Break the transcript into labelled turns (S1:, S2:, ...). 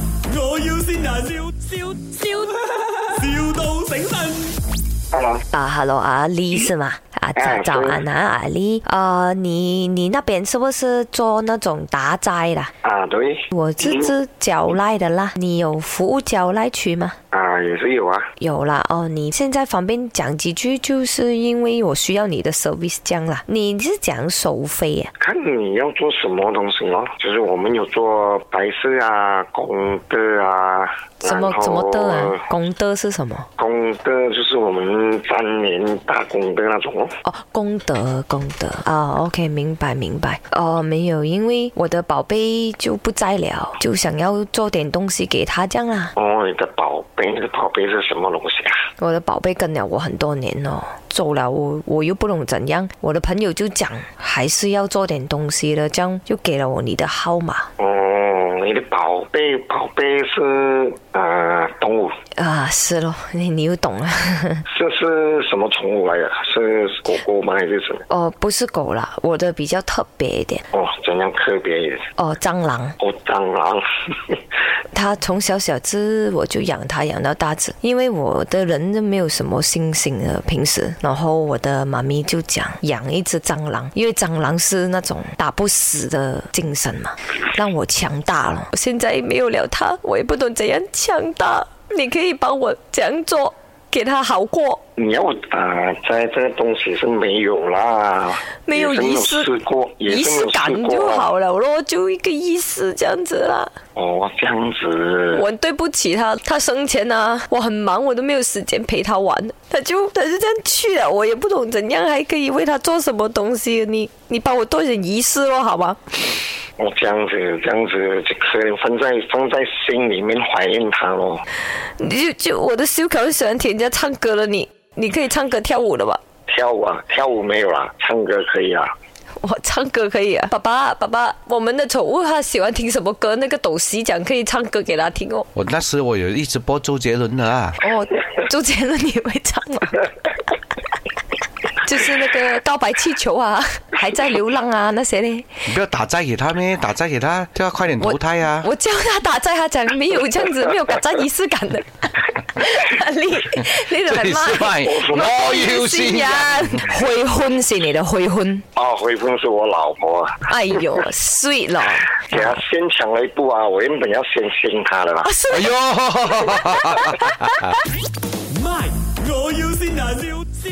S1: 要先人，笑笑笑，,笑到醒神。
S2: Hello，
S3: 啊，Hello，阿丽是吗？啊，
S2: 嗯哎
S3: 早早
S2: 是
S3: 安啊，阿丽。呃，你你那边是不是做那种打斋的？
S2: 啊，对，嗯
S3: 我是指脚赖的啦。你有服务脚赖区吗？
S2: 啊，也是有啊，
S3: 有啦，哦，你现在方便讲几句，就是因为我需要你的 service 这样啦。你是讲收费啊呀、
S2: 看你要做什么东西咯。就是我们有做白事啊、功德啊，
S3: 什么
S2: 然后
S3: 什么的啊？功德是什么？
S2: 功德就是我们三年大功德那种咯。
S3: 哦，功德，功德啊、o k 明白明白。哦，没有，因为我的宝贝就不在了，就想要做点东西给他这样啦。
S2: 哦，你的宝贝，你的宝贝是什么东西啊？
S3: 我的宝贝跟了我很多年了，走了我我又不懂怎样。我的朋友就讲，还是要做点东西的，这样就给了我你的号码。
S2: 哦，你的宝贝，宝贝是呃动物，
S3: 啊，是咯，你你又懂了。
S2: 这是什么宠物来的？是狗狗吗？还是什么？
S3: 哦，不是狗啦，我的比较特别一点。
S2: 哦，怎样特别一点？
S3: 哦，蟑螂，
S2: 哦，蟑螂。
S3: 它从小小只我就养它，养到大只。因为我的人就没有什么信心的，平时，然后我的妈咪就讲养一只蟑螂，因为蟑螂是那种打不死的精神嘛，让我强大了。我现在没有了它，我也不懂怎样强大。你可以帮我怎样做，给它好过。
S2: 你要打呃在这个东西是没有啦，
S3: 没有
S2: 也是没
S3: 仪
S2: 有
S3: 式
S2: 试过，也
S3: 仪
S2: 是没
S3: 式
S2: 有
S3: 感
S2: 试过啊
S3: 就好了咯，就一个意思这样子啦。
S2: 哦，这样子，
S3: 我很对不起他，他生前啊，我很忙，我都没有时间陪他玩，他就他就这样去了，我也不懂怎样还可以为他做什么东西。你你帮我做一点仪式咯，好吗？
S2: 哦，这样子，这样子，就可能放在放在心里面怀念他咯。
S3: 你就就我的修考喜欢听人家唱歌了，你你可以唱歌跳舞了吧？
S2: 跳舞啊，跳舞没有啦，唱歌可以啊。
S3: 我唱歌可以啊，爸爸爸爸，我们的宠物它喜欢听什么歌？那个斗西讲可以唱歌给他听哦。
S4: 我那时我有一直播周杰伦的啊，
S3: 哦，周杰伦你会唱吗？ 就是那个告白气球啊，还在流浪啊那些嘞。
S4: 你不要打斋给他咩？打斋给他，就要快点投胎啊！
S3: 我叫他打在他讲没有这样子，没有打在仪式感 的。你你就系
S4: 失
S3: 妈
S4: 败，我要先人。
S3: 悔婚是你的悔婚，
S2: 哦，回凤是我老婆啊，
S3: 哎哟，sweet 咯，
S4: 哎
S3: 啊
S2: 给她先抢了一步啊，我原本要先信她的啦。
S3: 是
S4: 哎呦！
S1: My，我要先人，笑笑